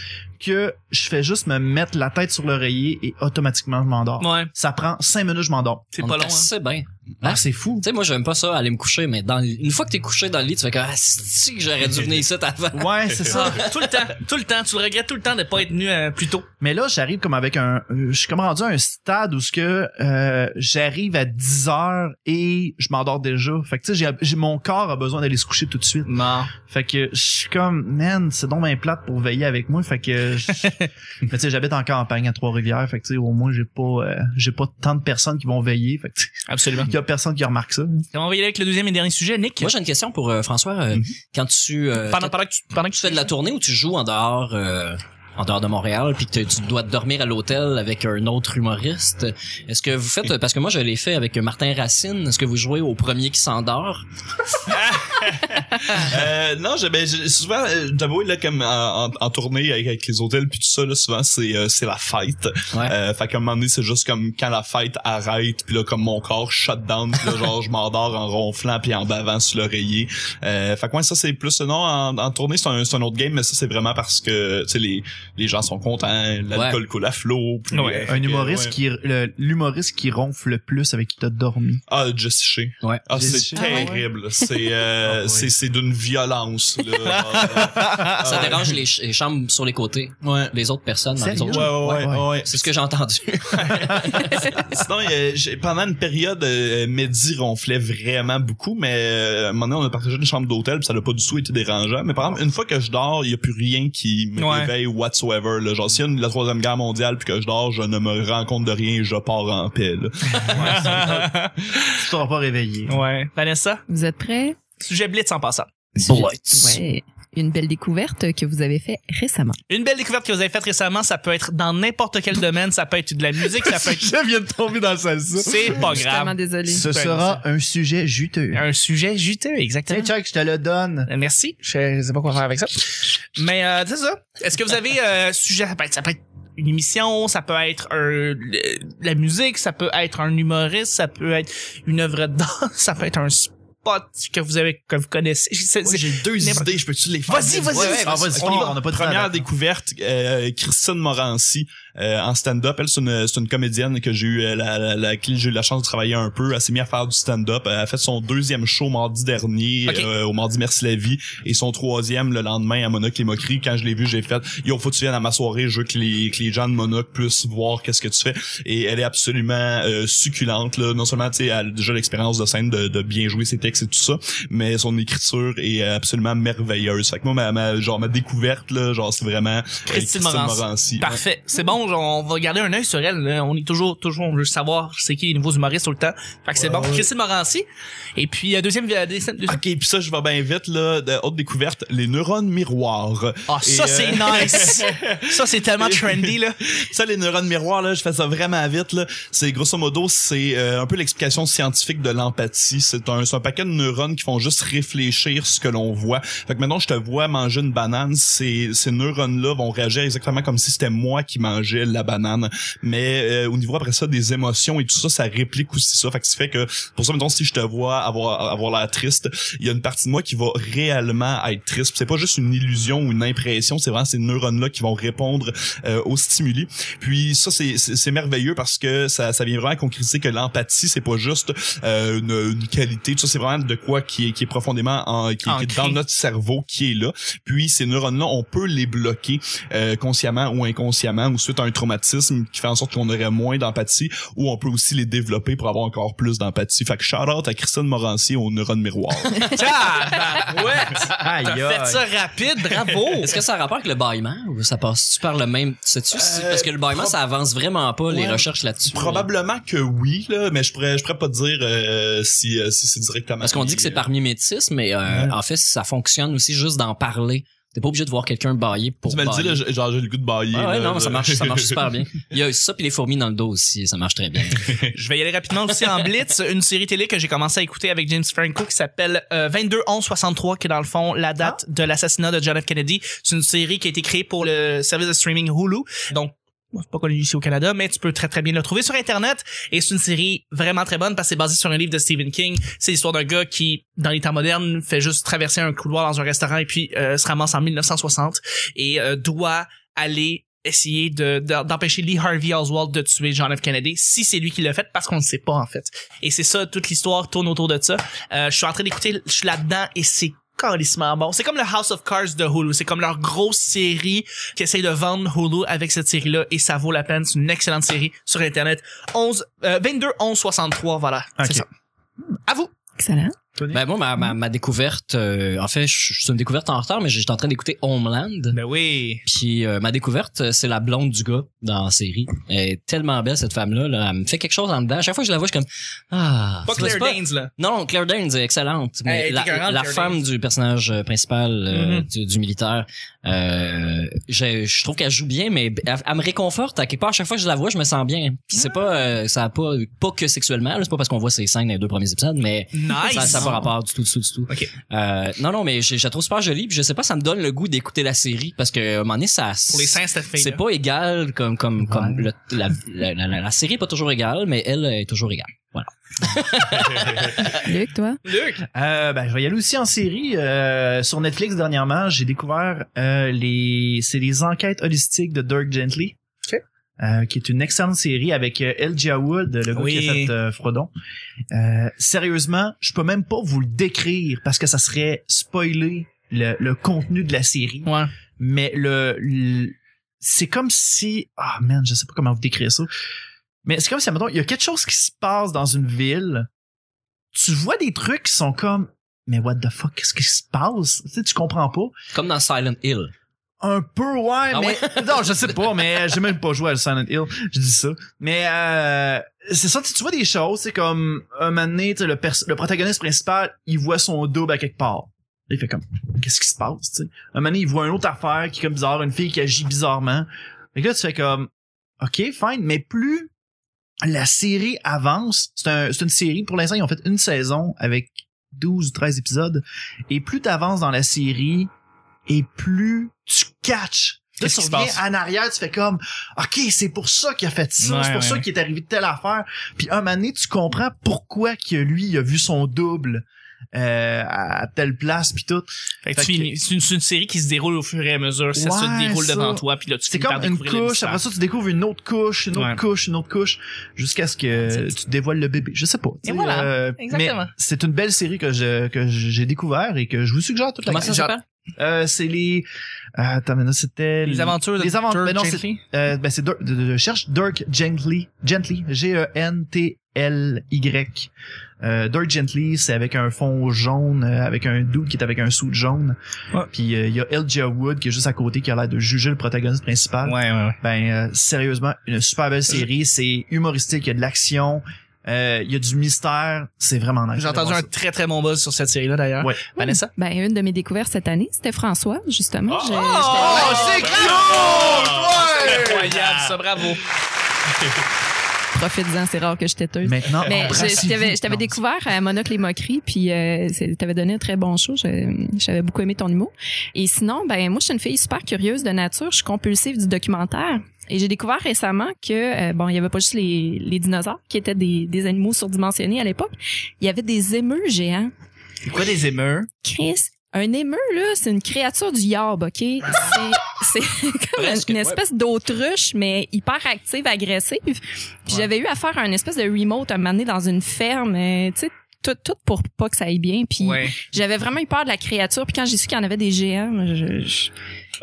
Speaker 5: que je fais juste me mettre la tête sur l'oreiller et automatiquement je m'endors.
Speaker 1: Ouais.
Speaker 5: Ça prend cinq minutes, je m'endors.
Speaker 1: C'est
Speaker 4: On
Speaker 1: pas
Speaker 4: est
Speaker 1: long, hein.
Speaker 4: assez bien.
Speaker 5: Ah, c'est fou.
Speaker 4: Tu sais, moi, j'aime pas ça, aller me coucher, mais dans le- une fois que t'es couché dans le lit, tu fais comme, ah, si que j'aurais dû venir ici avant.
Speaker 5: Ouais, c'est ça.
Speaker 1: Ah, tout le temps, tout le temps, tu le regrettes tout le temps de pas être venu euh, plus tôt.
Speaker 5: Mais là, j'arrive comme avec un, euh, je suis comme rendu à un stade où ce que euh, j'arrive à 10 heures et je m'endors déjà. Fait que tu sais, j'ai- j'ai mon corps a besoin d'aller se coucher tout de suite.
Speaker 1: Non.
Speaker 5: Fait que je suis comme, man, c'est donc bien plate pour veiller avec moi. Fait que, je- mais tu sais, j'habite en campagne à Trois-Rivières. Fait que tu sais, au moins, j'ai pas, euh, j'ai pas tant de personnes qui vont veiller. Fait que tu sais,
Speaker 1: Absolument.
Speaker 2: Mm.
Speaker 5: y a personne qui remarque ça.
Speaker 1: On va y aller avec le deuxième et dernier sujet, Nick.
Speaker 4: Moi, j'ai une question pour euh, François. euh,
Speaker 2: Mm-hmm.
Speaker 4: Quand tu, euh,
Speaker 1: pendant, pendant que tu, pendant que
Speaker 4: tu fais de la tournée ou tu joues en dehors euh, en dehors de Montréal puis que tu dois dormir à l'hôtel avec un autre humoriste est-ce que vous faites parce que moi je l'ai fait avec Martin Racine est-ce que vous jouez au premier qui s'endort
Speaker 2: Euh, non, j'ai ben, j'ai- souvent, euh, t'avoue, là, comme en, en- en tournée avec, avec les hôtels puis tout ça, là, souvent, c'est euh, c'est la fête.
Speaker 4: Ouais.
Speaker 2: Euh, fait qu'à un moment donné, c'est juste comme quand la fête arrête, puis là, comme mon corps shut down, puis là, genre, je m'endors en ronflant puis en bavant sur l'oreiller. Euh, fait que moi, ça, c'est plus... Non, en, en tournée, c'est un, c'est un autre game, mais ça, c'est vraiment parce que, tu sais, les, les gens sont contents, l'alcool coule à flot. puis,
Speaker 1: Ouais,
Speaker 2: euh, fait
Speaker 5: Un
Speaker 2: que,
Speaker 5: humoriste
Speaker 2: ouais.
Speaker 5: qui, le- l'humoriste qui ronfle le plus avec qui t'as dormi.
Speaker 2: Ah, Jesse Shea.
Speaker 4: Ouais.
Speaker 2: Ah,
Speaker 5: Jesse
Speaker 2: c'est
Speaker 5: Shea. Ah ouais.
Speaker 2: terrible. C'est euh,
Speaker 5: Ah ouais.
Speaker 2: c'est c'est d'une violence là. Ah,
Speaker 4: ça
Speaker 2: ouais.
Speaker 4: dérange les, ch- les chambres sur les côtés
Speaker 2: Ouais.
Speaker 4: les autres personnes dans les
Speaker 5: Sérieux?
Speaker 4: autres
Speaker 2: Ouais, ouais, ouais,
Speaker 5: Ouais,
Speaker 2: ouais.
Speaker 4: c'est ce que j'ai entendu
Speaker 2: Sinon, euh, j'ai- pendant une période, euh, Mehdi ronflait vraiment beaucoup, mais euh, à un moment donné, on a partagé une chambre d'hôtel, puis ça n'a pas du tout été dérangeant. Mais par exemple, une fois que je dors, il n'y a plus rien qui me
Speaker 1: Ouais.
Speaker 2: réveille whatsoever. Là. Genre, s'il y a une- la Troisième Guerre mondiale, puis que je dors, je ne me rends compte de rien, je pars en paix. là.
Speaker 5: Tu t'auras pas réveillé.
Speaker 1: Ouais. Vanessa,
Speaker 3: Vous êtes prêts?
Speaker 1: sujet blitz en passant.
Speaker 4: Blitz.
Speaker 3: Ouais. Une belle découverte que vous avez fait récemment.
Speaker 1: Une belle découverte que vous avez faite récemment, ça peut être dans n'importe quel domaine, ça peut être de la musique, ça peut être...
Speaker 5: Je viens de tomber dans le salsa.
Speaker 1: C'est pas
Speaker 3: Je suis tellement
Speaker 1: grave.
Speaker 3: désolée.
Speaker 5: Ce sera un sujet juteux.
Speaker 1: Un sujet juteux, exactement.
Speaker 5: Tiens, Chuck, je te le donne.
Speaker 1: Euh, Merci. Je sais pas quoi faire avec ça. Mais euh, c'est ça. Est-ce que vous avez euh, sujet ça peut, être, ça peut être une émission, ça peut être un, le- la musique, ça peut être un humoriste, ça peut être une œuvre d'art, ça peut être un spot que vous avez que vous connaissez. C'est- c'est-
Speaker 2: J'ai deux
Speaker 1: N'importe-
Speaker 2: je peux-tu les
Speaker 1: Vas-y, vas-y.
Speaker 5: Ouais, ouais, Ah, vas-y,
Speaker 2: On y va.
Speaker 5: on n'a pas de temps à
Speaker 2: Première
Speaker 5: attendre.
Speaker 2: découverte, euh, Christine Morancy euh, en stand-up. Elle, c'est une, c'est une comédienne que j'ai eu euh, la, la, la- qui j'ai eu la chance de travailler un peu. Elle s'est mise à faire du stand-up. Elle a fait son deuxième show mardi dernier
Speaker 1: Ok.
Speaker 2: euh, au mardi Merci la vie et son troisième le lendemain à Monoc les moqueries. Quand je l'ai vu, j'ai fait Yo, faut que tu viennes à ma soirée. Je veux que les, que les gens de Monoc puissent voir qu'est-ce que tu fais. Et elle est absolument euh, succulente. Là. Non seulement tu sais, elle a déjà l'expérience de scène de, de bien jouer ses textes et tout ça, mais son écriture est absolument merveilleuse. Fait que moi, ma, ma- genre, ma découverte, là, genre, c'est vraiment euh,
Speaker 1: Christine Morancy.
Speaker 2: Morancy.
Speaker 1: Parfait. C'est bon, genre, on va garder un œil sur elle. là. On est toujours, toujours, on veut savoir c'est qui les nouveaux humoristes tout le temps. Fait que c'est
Speaker 2: Ouais,
Speaker 1: bon.
Speaker 2: ouais.
Speaker 1: Christine Morancy. Et puis, euh, deuxième, euh, deuxième, deuxième-
Speaker 2: Ok, puis ça, je vais bien vite, là. de- Autre découverte, les neurones miroirs.
Speaker 1: Ah,
Speaker 2: Et,
Speaker 1: ça,
Speaker 2: euh,
Speaker 1: c'est nice. ça, c'est tellement trendy, là.
Speaker 2: Ça, les neurones miroirs, là, je fais ça vraiment vite, là. C'est, grosso modo, c'est euh, un peu l'explication scientifique de l'empathie. C'est un, c'est un paquet de neurones qui font juste réfléchir ce que l'on voit. Fait que maintenant, je te vois manger une banane, ces, ces neurones-là vont réagir exactement comme si c'était moi qui mangeais la banane. Mais euh, au niveau, après ça, des émotions et tout ça, ça réplique aussi ça. Fait que ça fait que, pour ça, mettons, si je te vois avoir, avoir l'air triste, il y a une partie de moi qui va réellement être triste. C'est pas juste une illusion ou une impression, c'est vraiment ces neurones-là qui vont répondre euh, aux stimuli. Puis ça, c'est- c'est c'est merveilleux parce que ça, ça vient vraiment concrétiser que l'empathie, c'est pas juste euh, une, une qualité. Tout ça, c'est vraiment de quoi qui est, qui est profondément en, qui, qui
Speaker 1: Ancré.
Speaker 2: est dans notre cerveau, qui est là. Puis ces neurones-là, on peut les bloquer euh, consciemment ou inconsciemment ou suite à un traumatisme qui fait en sorte qu'on aurait moins d'empathie ou on peut aussi les développer pour avoir encore plus d'empathie. Fait que shout out à Christine Morancier au neurone miroir.
Speaker 1: Tabarouette!
Speaker 5: Aïe,
Speaker 1: T'as fait Ah, ben, ça rapide, bravo!
Speaker 4: Est-ce que ça a rapport avec le bâillement ou ça passe-tu par le même. Sais-tu si-
Speaker 2: Euh,
Speaker 4: Parce que le bâillement,
Speaker 2: prob-
Speaker 4: ça avance vraiment pas les
Speaker 2: Ouais.
Speaker 4: recherches là-dessus.
Speaker 2: Probablement que oui, là, mais je pourrais, je pourrais pas te dire euh, si, euh, si c'est directement.
Speaker 4: Parce qu'on dit que c'est
Speaker 2: lié.
Speaker 4: par mimétisme, mais euh, en fait, ça fonctionne aussi juste d'en parler. T'es pas obligé de voir quelqu'un bailler pour
Speaker 2: Tu me le dis,
Speaker 4: bailler.
Speaker 2: là, j'ai- genre, j'ai le goût de bailler.
Speaker 4: Ah ouais,
Speaker 2: là.
Speaker 4: non, ça marche, ça marche super bien. Il y a ça puis les fourmis dans le dos aussi, ça marche très bien.
Speaker 1: Je vais y aller rapidement aussi en blitz. Une série télé que j'ai commencé à écouter avec James Franco qui s'appelle euh, 22-11-63, qui est dans le fond la date de l'assassinat de John F. Kennedy. C'est une série qui a été créée pour le service de streaming Hulu. Donc, c'est pas connu ici au Canada, mais tu peux très très bien le trouver sur Internet. Et c'est une série vraiment très bonne parce que c'est basé sur un livre de Stephen King. C'est l'histoire d'un gars qui, dans les temps modernes, fait juste traverser un couloir dans un restaurant et puis euh, se ramasse en 1960 et euh, doit aller essayer de, de- d'empêcher Lee Harvey Oswald de tuer John F. Kennedy si c'est lui qui l'a fait parce qu'on ne sait pas en fait et c'est ça toute l'histoire tourne autour de ça euh, je suis en train d'écouter je suis là dedans et c'est carrément bon c'est comme le House of Cards de Hulu c'est comme leur grosse série qui essaye de vendre Hulu avec cette série là et ça vaut la peine c'est une excellente série sur internet 11 euh, 22 11 63 voilà
Speaker 5: Ok.
Speaker 1: c'est ça à vous
Speaker 3: Excellent.
Speaker 4: ben moi, ma, ma, ma découverte, euh, en fait, je je suis une découverte en retard, mais j'étais en train d'écouter Homeland.
Speaker 1: ben oui
Speaker 4: Puis euh, ma découverte, euh, c'est la blonde du gars dans la série. Elle est tellement belle cette femme-là. là. Elle me fait quelque chose en dedans. À chaque fois que je la vois, je suis comme ah.
Speaker 1: pas
Speaker 4: c'est
Speaker 1: Claire
Speaker 4: pas-
Speaker 1: Danes là
Speaker 4: Non, Claire Danes est excellente. Mais
Speaker 1: Elle est
Speaker 4: la,
Speaker 1: écœurante,
Speaker 4: la
Speaker 1: Claire
Speaker 4: femme du personnage euh, principal euh,
Speaker 1: Mhm.
Speaker 4: du, du militaire, euh, je, je trouve qu'elle joue bien, mais elle, elle me réconforte à quelque part. À chaque fois que je la vois, je me sens bien. Puis
Speaker 1: Ah.
Speaker 4: c'est pas, euh, ça a pas, pas que sexuellement. là. C'est pas parce qu'on voit ses scènes dans les deux premiers épisodes, mais
Speaker 1: nice
Speaker 4: ça, ça a pas rapport du tout, du tout, du tout.
Speaker 1: Ok.
Speaker 4: Euh, non, non, mais je, je la trouve super jolie. Puis je sais pas, ça me donne le goût d'écouter la série parce que à un moment donné, ça.
Speaker 1: pour les seins cette fille
Speaker 4: c'est pas égal comme comme comme le- la, la, la, la- la série est pas toujours égale mais elle est toujours égale.
Speaker 3: Luc, toi?
Speaker 1: Luc
Speaker 5: Euh, ben, je vais y aller aussi en série. Euh, sur Netflix, dernièrement, j'ai découvert euh, les... C'est les enquêtes holistiques de Dirk Gently.
Speaker 1: Ok.
Speaker 5: Euh, qui est une excellente série avec euh, Elijah Wood, le gars
Speaker 1: Oui.
Speaker 5: qui a fait euh, Frodon. Euh, sérieusement, je peux même pas vous le décrire parce que ça serait spoiler le, le contenu de la série.
Speaker 1: ouais
Speaker 5: Mais le... le- c'est comme si... Ah, man, je sais pas comment vous décrire ça. Mais c'est comme si, mettons, il y a quelque chose qui se passe dans une ville tu vois des trucs qui sont comme mais what the fuck qu'est-ce qui se passe tu sais tu comprends pas
Speaker 4: Comme dans Silent Hill.
Speaker 5: un peu ouais
Speaker 4: Ah
Speaker 5: mais non je sais pas mais euh, j'ai même pas joué à Silent Hill je dis ça mais euh, c'est ça tu sais, tu vois des choses c'est comme un moment donné, tu sais, le, pers- le protagoniste principal il voit son double à quelque part il fait comme qu'est-ce qui se passe tu sais un moment donné, il voit une autre affaire qui est comme bizarre une fille qui agit bizarrement et là tu fais comme ok fine mais plus la série avance c'est un, c'est une série pour l'instant ils ont fait une saison avec 12 ou 13 épisodes et plus t'avances dans la série et plus tu catches Là,
Speaker 1: Qu'est-ce
Speaker 5: tu
Speaker 1: qui se
Speaker 5: reviens
Speaker 1: passe?
Speaker 5: en arrière, tu fais comme, OK, c'est pour ça qu'il a fait ça,
Speaker 1: Ouais,
Speaker 5: c'est pour
Speaker 1: ouais,
Speaker 5: ça
Speaker 1: ouais.
Speaker 5: qu'il est arrivé de telle affaire. Puis un moment donné, tu comprends pourquoi que lui, il a vu son double euh, à telle place, puis tout.
Speaker 1: Fait que
Speaker 5: Fait
Speaker 1: tu finis- c'est une, c'est une série qui se déroule au fur et à mesure. Ça se
Speaker 5: Ouais,
Speaker 1: déroule
Speaker 5: ça.
Speaker 1: devant toi, puis là, tu
Speaker 5: C'est
Speaker 1: finis par
Speaker 5: comme une
Speaker 1: découvrir le
Speaker 5: couche,
Speaker 1: mystère.
Speaker 5: après ça, tu découvres une autre couche, une autre
Speaker 1: Ouais.
Speaker 5: couche, une autre couche, jusqu'à ce que tu dévoiles le bébé. Je sais pas. tu
Speaker 1: Et
Speaker 5: sais,
Speaker 1: voilà,
Speaker 5: euh,
Speaker 1: exactement.
Speaker 5: Mais c'est une belle série que je que j'ai découvert et que je vous suggère toute la
Speaker 4: Comment ça
Speaker 5: Genre,
Speaker 4: s'appelle?
Speaker 5: euh, C'est les... euh, Attends, mais non, c'était...
Speaker 1: Mm. Les aventures de
Speaker 5: Les aventures,
Speaker 1: Dirk
Speaker 5: mais non, c'est-
Speaker 1: Gently.
Speaker 5: Euh, ben c'est Dirk, de- de- de- cherche Dirk Gently, Gently, E G-E-N-T-L-Y. Euh, Dirk Gently, c'est avec un fond jaune, euh, avec un doux qui est avec un sou jaune.
Speaker 1: Ouais.
Speaker 5: Puis euh, il y a Elijah Wood qui est juste à côté qui a l'air de juger le protagoniste principal.
Speaker 1: Ouais, ouais, ouais.
Speaker 5: Ben euh, sérieusement, une super belle série, c'est humoristique, il y a de l'action, euh, il y a du mystère, c'est vraiment nice.
Speaker 1: J'ai entendu
Speaker 5: Vraiment
Speaker 1: un hein. très très bon buzz sur cette série-là, d'ailleurs.
Speaker 5: Ouais.
Speaker 1: Vanessa?
Speaker 3: Ben, une de mes découvertes cette année, c'était François, justement.
Speaker 2: Oh!
Speaker 3: J'ai-
Speaker 1: Oh,
Speaker 5: c'est
Speaker 1: bravo!
Speaker 2: cute!
Speaker 1: C'est
Speaker 2: Ouais!
Speaker 1: incroyable, ça, bravo.
Speaker 3: Profites-en, c'est rare que je têteuse.
Speaker 1: Ah,
Speaker 5: Maintenant,
Speaker 3: Mais je, je
Speaker 5: embrassez-vous.
Speaker 3: t'avais, je t'avais
Speaker 5: Ah Non,
Speaker 3: découvert à Monocle et Moqueries, puis euh, c'est- t'avais donné un très bon show. Je- J'avais beaucoup aimé ton humour. Et sinon, ben moi, je suis une fille super curieuse de nature. Je suis compulsive du documentaire. Et j'ai découvert récemment que, euh, bon, il y avait pas juste les, les dinosaures qui étaient des, des animaux surdimensionnés à l'époque. Il y avait des émeux géants.
Speaker 1: C'est quoi des émeurs?
Speaker 3: Chris, un émeu, là, c'est une créature du yarb, OK? C'est, c'est comme
Speaker 4: Presque,
Speaker 3: une espèce d'autruche, mais hyper active, agressive. Puis j'avais eu à faire un espèce de remote à un moment donné dans une ferme, euh, tu sais, tout, tout pour pas que ça aille bien. Puis j'avais vraiment eu peur de la créature. Puis quand j'ai su qu'il y en avait des géants, je, je-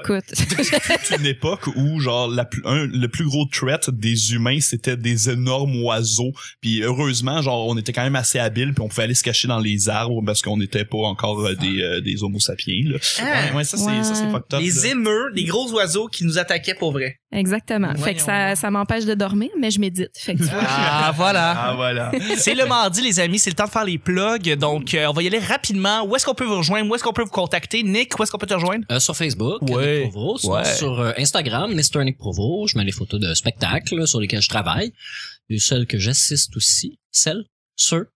Speaker 3: Écoute,
Speaker 2: C'est une époque où genre la plus- un- le plus gros threat des humains c'était des énormes oiseaux puis heureusement genre on était quand même assez habiles puis on pouvait aller se cacher dans les arbres parce qu'on n'était pas encore euh, des
Speaker 4: Ah.
Speaker 2: euh, des homo sapiens là. Ouais, ouais, ça c'est ça c'est
Speaker 3: Ouais.
Speaker 2: fucked up. là.
Speaker 1: Les émeux, les gros oiseaux qui nous attaquaient pour vrai.
Speaker 3: exactement. Fait que ça, ça m'empêche de dormir, mais je médite. Fait que tu vois.
Speaker 1: Ah, voilà.
Speaker 5: Ah, voilà.
Speaker 1: C'est le mardi, les amis. C'est le temps de faire les plugs. Donc, euh, on va y aller rapidement. Où est-ce qu'on peut vous rejoindre? Où est-ce qu'on peut vous contacter? Nick, où est-ce qu'on peut te rejoindre?
Speaker 4: Euh, sur Facebook,
Speaker 1: Ouais.
Speaker 4: Nick Provo, sur,
Speaker 1: Ouais.
Speaker 4: sur, euh, Instagram, Mr. Nick Provo, je mets les photos de spectacles sur lesquels je travaille, et celles que j'assiste aussi, celles, ceux,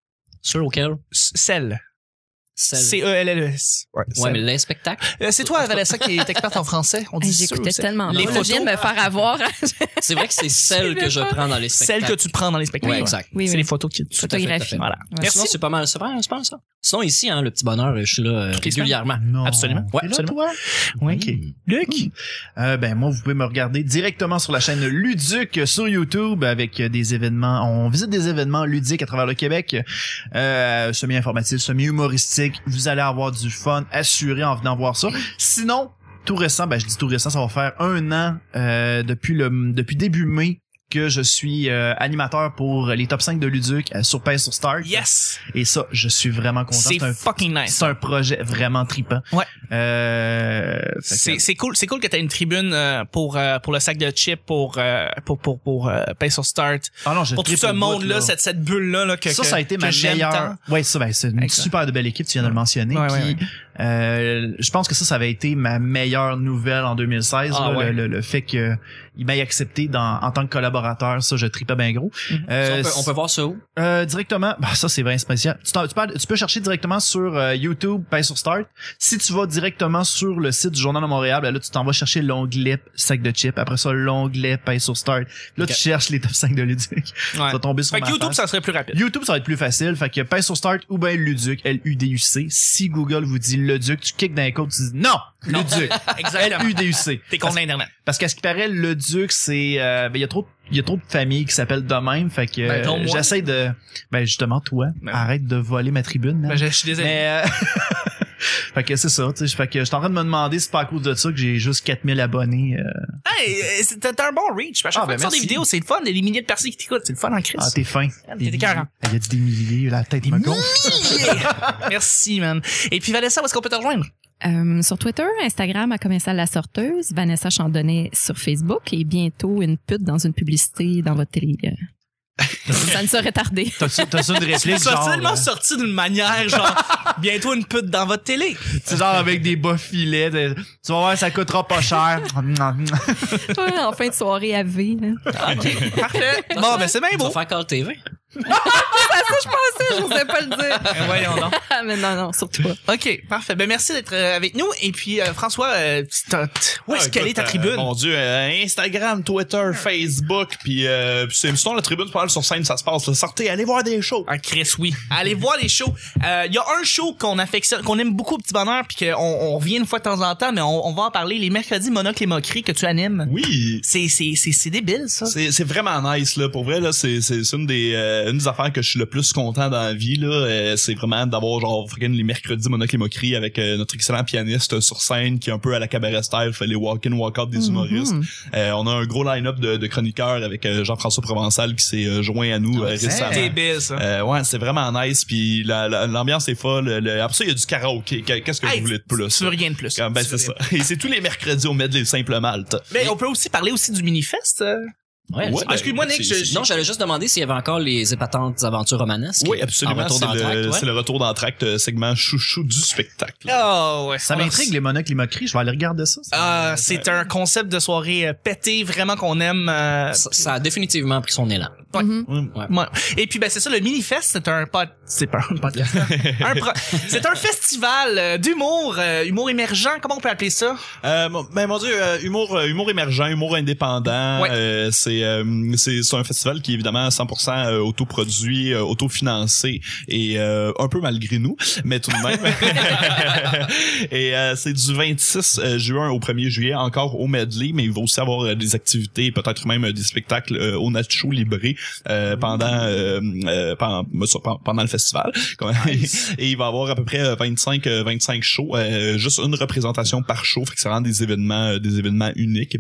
Speaker 4: ceux auxquels,
Speaker 1: S- Cell.
Speaker 4: celles,
Speaker 1: C-E-L-L-E-S. Ouais,
Speaker 4: ouais,
Speaker 1: Cell.
Speaker 4: mais les spectacles.
Speaker 1: Euh, c'est toi, Vanessa, qui est experte en français. On dit
Speaker 3: J'écoutais
Speaker 1: ceux,
Speaker 3: tellement.
Speaker 1: Les
Speaker 3: Les
Speaker 1: photos-
Speaker 3: photos. Je viens de me faire avoir.
Speaker 4: C'est vrai que c'est celles que je prends dans les
Speaker 1: Celle
Speaker 4: spectacles.
Speaker 1: que tu prends dans les spectacles.
Speaker 4: Ouais, exact.
Speaker 3: Oui,
Speaker 1: C'est
Speaker 3: oui.
Speaker 1: les photos qui tu
Speaker 4: Tout à fait, tout à fait.
Speaker 3: Photographie.
Speaker 1: Voilà.
Speaker 3: Ouais.
Speaker 1: Merci.
Speaker 4: Sinon, c'est pas mal, c'est pas, c'est pas mal ça. Sinon, ici, hein, le petit bonheur, je suis là euh,
Speaker 1: Toutes les semaines.
Speaker 4: régulièrement.
Speaker 5: Ah Non.
Speaker 1: Absolument.
Speaker 5: Ouais,
Speaker 1: Ouais, absolument.
Speaker 5: toi?
Speaker 1: Ouais.
Speaker 5: Ok.
Speaker 1: Luc,
Speaker 5: Euh, ben moi, vous pouvez me regarder directement sur la chaîne Luduc euh, sur YouTube avec euh, des événements. On visite des événements ludiques à travers le Québec, euh, semi-informatifs, semi-humoristiques. Vous allez avoir du fun assuré en venant voir ça. Sinon, tout récent, ben je dis tout récent, ça va faire un an euh, depuis le depuis début mai que je suis euh, animateur pour les top 5 de Luduc euh, sur PS sur Star.
Speaker 1: yes!
Speaker 5: Et ça, je suis vraiment content.
Speaker 1: C'est
Speaker 5: C'est un,
Speaker 1: fucking nice.
Speaker 5: c'est un projet vraiment tripant.
Speaker 1: Ouais.
Speaker 5: Euh, fait que-
Speaker 1: C'est c'est cool, c'est cool que t'as une tribune euh, pour euh, pour le sac de chips, pour euh, pour pour pour euh, Pay sur Start,
Speaker 5: Ah non, je
Speaker 1: pour tout
Speaker 5: tripe
Speaker 1: ce
Speaker 5: au bout,
Speaker 1: monde là,
Speaker 5: là.
Speaker 1: cette cette bulle là, que
Speaker 5: ça,
Speaker 1: que-
Speaker 5: ça a été
Speaker 1: que
Speaker 5: ma
Speaker 1: j'aime
Speaker 5: meilleure.
Speaker 1: tant.
Speaker 5: Ouais, ça, ben, c'est une
Speaker 1: Excellent.
Speaker 5: super de belle équipe, tu viens de le mentionner.
Speaker 1: Ouais,
Speaker 5: Puis,
Speaker 1: ouais, ouais.
Speaker 5: euh, je pense que ça, ça avait été ma meilleure nouvelle en 2016.
Speaker 1: Ah,
Speaker 5: là,
Speaker 1: ouais.
Speaker 5: le, le- le fait que il m'ait accepté dans, en tant que collaborateur, ça, je tripais bien gros.
Speaker 1: Mhm.
Speaker 5: Euh,
Speaker 4: Ça, on, peut, on peut voir ça où?
Speaker 5: euh, directement, bah, ça c'est vraiment spécial. Tu, t'en- tu parles- tu peux chercher directement sur euh, YouTube, paye sur Start. Si tu vas directement sur le site du Journal de Montréal, ben là tu t'en vas chercher l'onglet sac de chips. Après ça, l'onglet paye sur Start. Là
Speaker 4: Ok.
Speaker 5: tu cherches les top 5 de Luduc.
Speaker 1: Ouais.
Speaker 5: Tu vas tomber sur
Speaker 1: Fait
Speaker 5: ma
Speaker 1: que YouTube,
Speaker 5: page.
Speaker 1: ça serait plus rapide.
Speaker 5: YouTube, ça va être plus facile. Fait que paye sur Start ou bien Luduc, L-U-D-U-C. Si Google vous dit le Duc, tu kicks dans les côtes, tu dis non,
Speaker 1: Non.
Speaker 5: Luduc,
Speaker 1: Exactement.
Speaker 5: L-U-D-U-C.
Speaker 1: T'es contre l'internet.
Speaker 5: Parce qu'à ce qui paraît, le Duc, c'est, euh, ben, il y a trop, il y a trop de familles qui s'appellent de même. Fait que,
Speaker 1: Ben, dont
Speaker 5: euh,
Speaker 1: moi.
Speaker 5: j'essaie de, ben, justement, toi,
Speaker 1: Ben.
Speaker 5: arrête de voler ma tribune, man.
Speaker 1: Ben, je je suis désolé.
Speaker 5: Mais, euh, fait que c'est ça, tu sais. Fait que je suis en train de me demander si c'est pas à cause de ça que j'ai juste 4000 abonnés. euh.
Speaker 1: Hey, euh, c'est- t'as t'as un bon reach. À chaque
Speaker 5: Ah,
Speaker 1: fois
Speaker 5: ben,
Speaker 1: que tu sors des
Speaker 5: merci.
Speaker 1: vidéos, c'est le fun. Et les milliers de personnes qui t'écoutent, c'est le fun en crise.
Speaker 5: Ah, t'es fin.
Speaker 1: T'es écœurant.
Speaker 5: Il y a des milliers, la tête me gonfle.
Speaker 1: Merci, man. Et puis, Vanessa, où est-ce qu'on peut te rejoindre?
Speaker 3: Euh, sur Twitter, Instagram, à Commercial La Sorteuse, Vanessa Chandonnet sur Facebook et bientôt une pute dans une publicité dans votre télé. euh. ça ne serait tardé.
Speaker 5: T'as ça t'as ça une réplique,
Speaker 1: Ça
Speaker 5: genre. euh,
Speaker 1: a tellement
Speaker 5: là?
Speaker 1: sorti d'une manière, genre, bientôt une pute dans votre télé.
Speaker 5: C'est genre avec des bas filets. de- Tu vas voir, ça coûtera pas cher.
Speaker 3: Ouais, en fin de soirée à V. Là.
Speaker 1: Parfait. Bon, ben, c'est bien
Speaker 4: Tu
Speaker 1: beau.
Speaker 4: vas faire Call TV?
Speaker 3: Ça, je n'osais pas le dire.
Speaker 1: Ben, voyons donc.
Speaker 3: Mais non, non, surtout pas.
Speaker 1: OK, parfait. Ben, merci d'être euh, avec nous. Et puis, euh, François, euh, c'est un- t- où est-ce
Speaker 2: Ah,
Speaker 1: qu'elle est
Speaker 2: écoute,
Speaker 1: ta
Speaker 2: euh,
Speaker 1: tribune?
Speaker 2: mon dieu, euh, Instagram, Twitter, Facebook, puis euh, puis c'est sinon la tribune pas mal sur scène, ça se passe. là. Sortez, allez voir des shows.
Speaker 1: Ah, Chris, oui. Allez voir les shows. Euh, Il y a un show qu'on affectionne, qu'on aime beaucoup au Petit Bonheur, puis qu'on on revient une fois de temps en temps, mais on, on va en parler les mercredis Monocle et Moquerie que tu animes.
Speaker 2: Oui.
Speaker 1: C'est, c'est, c'est, c'est débile, ça.
Speaker 2: C'est c'est vraiment nice là pour vrai là c'est c'est c'est une des euh, une des affaires que je suis le plus content dans la vie là Euh, c'est vraiment d'avoir genre fucking les mercredis monocle et moquerie avec euh, notre excellent pianiste sur scène qui est un peu à la cabaret style fait les walk in walk out des humoristes
Speaker 3: Mhm.
Speaker 2: Euh, on a un gros line-up de, de chroniqueurs avec euh, Jean-François Provençal qui s'est euh, joint à nous euh, récemment
Speaker 1: débile, ça.
Speaker 2: Euh, ouais c'est vraiment nice puis la- la- l'ambiance est folle Le- après ça il y a du karaoké qu'est-ce que
Speaker 1: Hey,
Speaker 2: vous voulez de plus
Speaker 1: Tu veux
Speaker 2: là?
Speaker 1: rien de plus.
Speaker 2: Ah, ben
Speaker 1: Tu veux
Speaker 2: c'est ça
Speaker 1: rien.
Speaker 2: et c'est tous les mercredis au Medley Simple Malte
Speaker 1: Mais on peut aussi parler aussi du mini-fest. euh.
Speaker 4: Ouais,
Speaker 2: Ouais. ben,
Speaker 4: c'est-
Speaker 1: Ah, Excuse-moi, Nick,
Speaker 2: c'est-
Speaker 1: je- je-
Speaker 4: Non, j'allais juste demander s'il y avait encore les épatantes aventures romanesques.
Speaker 2: Oui, absolument.
Speaker 4: En retour
Speaker 2: C'est
Speaker 4: dans le
Speaker 2: le,
Speaker 4: tract, ouais.
Speaker 2: c'est le retour d'entracte, euh, segment chouchou du spectacle. Ah,
Speaker 1: Oh, ouais.
Speaker 5: ça
Speaker 1: On
Speaker 5: m'intrigue, les monocles, les moqueries. Je vais aller regarder ça. ça.
Speaker 1: Ah, c'est un concept de soirée euh, pété vraiment qu'on aime. euh,
Speaker 4: Ça, ça a définitivement pris son élan.
Speaker 1: Ouais.
Speaker 3: Mhm.
Speaker 1: ouais. Et puis ben c'est ça le mini fest, c'est un pod... c'est pas un podcast. un pro- C'est un festival euh, d'humour, euh, humour émergent, comment on peut appeler ça
Speaker 2: Euh, mon- ben mon dieu, euh, humour, euh, humour émergent, humour indépendant.
Speaker 1: Ouais.
Speaker 2: euh, c'est, euh, c'est, c'est un festival qui est évidemment 100% euh, autoproduit, euh, autofinancé et euh, un peu malgré nous, mais tout de même. et euh, c'est du 26 euh, juin au 1er juillet, encore au medley, mais il va aussi avoir euh, des activités, peut-être même euh, des spectacles euh, au Nacho Libre euh, pendant, euh, euh, pendant, pendant- pendant le festival. Comme- Et il va y avoir à peu près euh, 25, euh, 25 shows, euh, juste une représentation par show, fait que c'est vraiment des événements, euh, des événements uniques.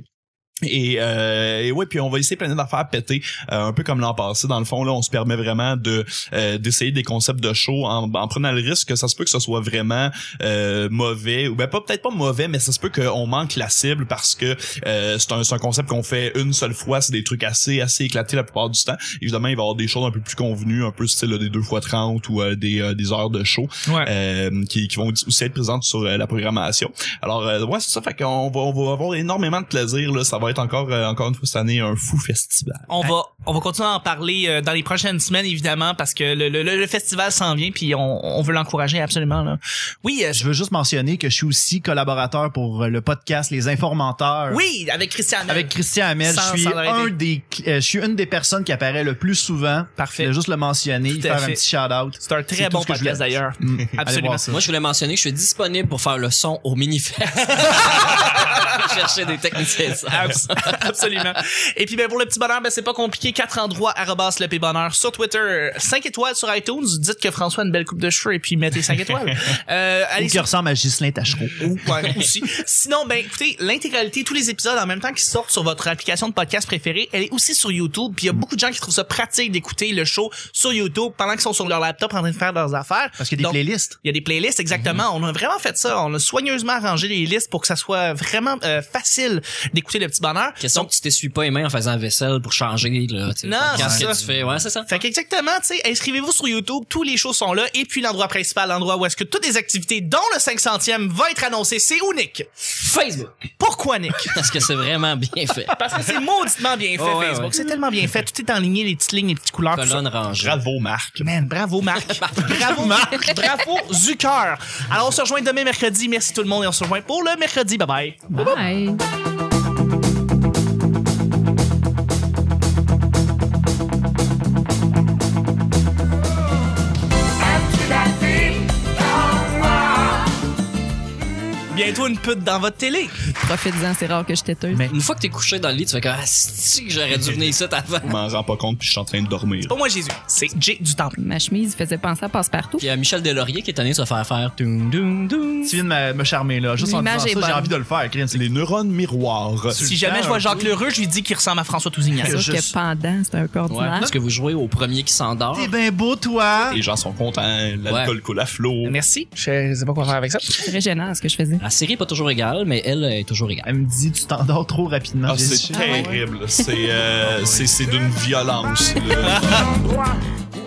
Speaker 2: Et, euh, et ouais, puis on va essayer plein d'affaires péter, euh, un peu comme l'an passé. Dans le fond, là, on se permet vraiment de euh, d'essayer des concepts de show en, en prenant le risque que ça se peut que ce soit vraiment euh, mauvais ou ben pas peut-être pas mauvais, mais ça se peut qu'on manque la cible parce que euh, c'est un, c'est un concept qu'on fait une seule fois, c'est des trucs assez assez éclatés la plupart du temps. Évidemment, il va y avoir des choses un peu plus convenues, un peu style là, des deux fois 30 ou euh, des euh, des heures de show
Speaker 1: Ouais.
Speaker 2: euh, qui, qui vont aussi être présentes sur euh, la programmation. Alors euh, ouais, c'est ça fait qu'on va on va avoir énormément de plaisir là, ça va être encore euh, encore une fois cette année un fou festival.
Speaker 5: hein?
Speaker 1: On va, on va continuer à en parler euh, dans les prochaines semaines, évidemment, parce que le, le, le le festival s'en vient, puis on, on veut l'encourager absolument. Là. Oui, euh,
Speaker 5: Je veux juste mentionner que je suis aussi collaborateur pour euh, le podcast Les Informateurs.
Speaker 1: oui, avec Christian. Hamel.
Speaker 5: Avec Christian Hamel,
Speaker 1: Sans-
Speaker 5: je suis
Speaker 1: sans arrêter.
Speaker 5: un des, euh, je suis une des personnes qui apparaît le plus souvent. Je
Speaker 1: Parfait.
Speaker 5: voulais juste le mentionner,
Speaker 1: Tout à
Speaker 5: faire un
Speaker 1: fait.
Speaker 5: petit shout out.
Speaker 1: C'est un
Speaker 5: C'est
Speaker 1: très
Speaker 5: tout
Speaker 1: bon
Speaker 5: ce que je
Speaker 1: podcast
Speaker 5: voulais. Mm.
Speaker 1: d'ailleurs. Absolument.
Speaker 5: ça.
Speaker 4: Moi, je voulais mentionner que je suis disponible pour faire le son au mini-fest. chercher des techniciens.
Speaker 1: Abs- Absolument. Et puis ben pour le petit bonheur, ben c'est pas compliqué. Quatre endroits arrobas le petit bonheur sur Twitter, 5 étoiles sur iTunes. Dites que François a une belle coupe de cheveux et puis mettez 5 étoiles. Euh,
Speaker 5: Ou
Speaker 1: allez
Speaker 5: qui ressemble à Ghislain Tachereau.
Speaker 1: ou ouais, aussi. Sinon, ben écoutez, l'intégralité, tous les épisodes en même temps qui sortent sur votre application de podcast préférée, elle est aussi sur YouTube. Puis il y a beaucoup de gens qui trouvent ça pratique d'écouter le show sur YouTube pendant qu'ils sont sur leur laptop en train de faire leurs affaires.
Speaker 5: Parce qu'il y a des
Speaker 1: Donc,
Speaker 5: playlists. Mhm.
Speaker 1: il y a des playlists, exactement. On a vraiment fait ça. On a soigneusement arrangé les listes pour que ça soit vraiment euh, facile d'écouter le petit bonheur.
Speaker 4: Question que tu t'essuies pas les mains en faisant la vaisselle pour changer, là. tu sais,
Speaker 1: Non,
Speaker 4: Qu'est-ce
Speaker 1: c'est
Speaker 4: que
Speaker 1: ça.
Speaker 4: tu fais? Ouais, c'est ça.
Speaker 1: Fait qu'exactement, tu sais, inscrivez-vous sur YouTube, tous les shows sont là, et puis l'endroit principal, l'endroit où est-ce que toutes les activités, dont le 500e, va être annoncé, c'est où, Nick?
Speaker 4: Facebook!
Speaker 1: Pourquoi, Nick?
Speaker 4: Parce que c'est vraiment bien fait.
Speaker 1: Parce que c'est mauditement bien fait,
Speaker 4: Oh, ouais,
Speaker 1: Facebook.
Speaker 4: ouais.
Speaker 1: C'est tellement bien fait, tout est enligné, les petites lignes, les petites couleurs, tout ça.
Speaker 4: Colonne rangée.
Speaker 2: Bravo Marc.
Speaker 1: Man, bravo, Marc. bravo, Marc. bravo, Zucker. Alors, on se rejoint demain, mercredi. Merci tout le monde, et on se rejoint pour le mercredi. Bye-bye.
Speaker 3: Bye.
Speaker 1: Bientôt une pute dans votre télé.
Speaker 3: Profites-en, c'est rare que je têteuse.
Speaker 5: Mais-
Speaker 4: Une fois que t'es couché dans le lit, tu fais comme, ah, si que j'aurais dû venir ici avant.
Speaker 2: Je m'en rends pas compte puis je suis en train de dormir.
Speaker 1: Pas moi, Jésus. C'est Jay du Temple.
Speaker 3: Ma chemise faisait penser à Passepartout.
Speaker 4: Puis il y a Michel Delaurier qui est allé se faire faire. Doum, doum, doum.
Speaker 5: Tu viens de me, me charmer, là. Juste en disant
Speaker 3: L'image
Speaker 5: ça,
Speaker 3: est
Speaker 5: j'ai
Speaker 3: bonne.
Speaker 5: envie de le faire, Chris.
Speaker 2: Les neurones miroirs.
Speaker 1: Si jamais je vois Jacques Lheureux, je lui dis qu'il ressemble à François Tousignan.
Speaker 3: C'est sûr
Speaker 5: juste-
Speaker 3: que pendant, c'était un peu
Speaker 4: Ouais.
Speaker 3: ordinaire.
Speaker 4: Parce que vous jouez au premier qui s'endort.
Speaker 5: T'es bien beau, toi!
Speaker 2: Les gens sont contents, l'alcool coule à flot.
Speaker 1: Merci. Je sais pas quoi faire avec ça.
Speaker 3: C'est très gênant ce que je faisais.
Speaker 4: La série est pas toujours égale, mais elle est toujours égale.
Speaker 5: Elle me dit, tu t'endors trop rapidement.
Speaker 2: Ah,
Speaker 5: J'ai-
Speaker 2: c'est
Speaker 5: Ah ouais.
Speaker 2: terrible. C'est euh, c'est- c'est d'une violence. là.
Speaker 6: endroit où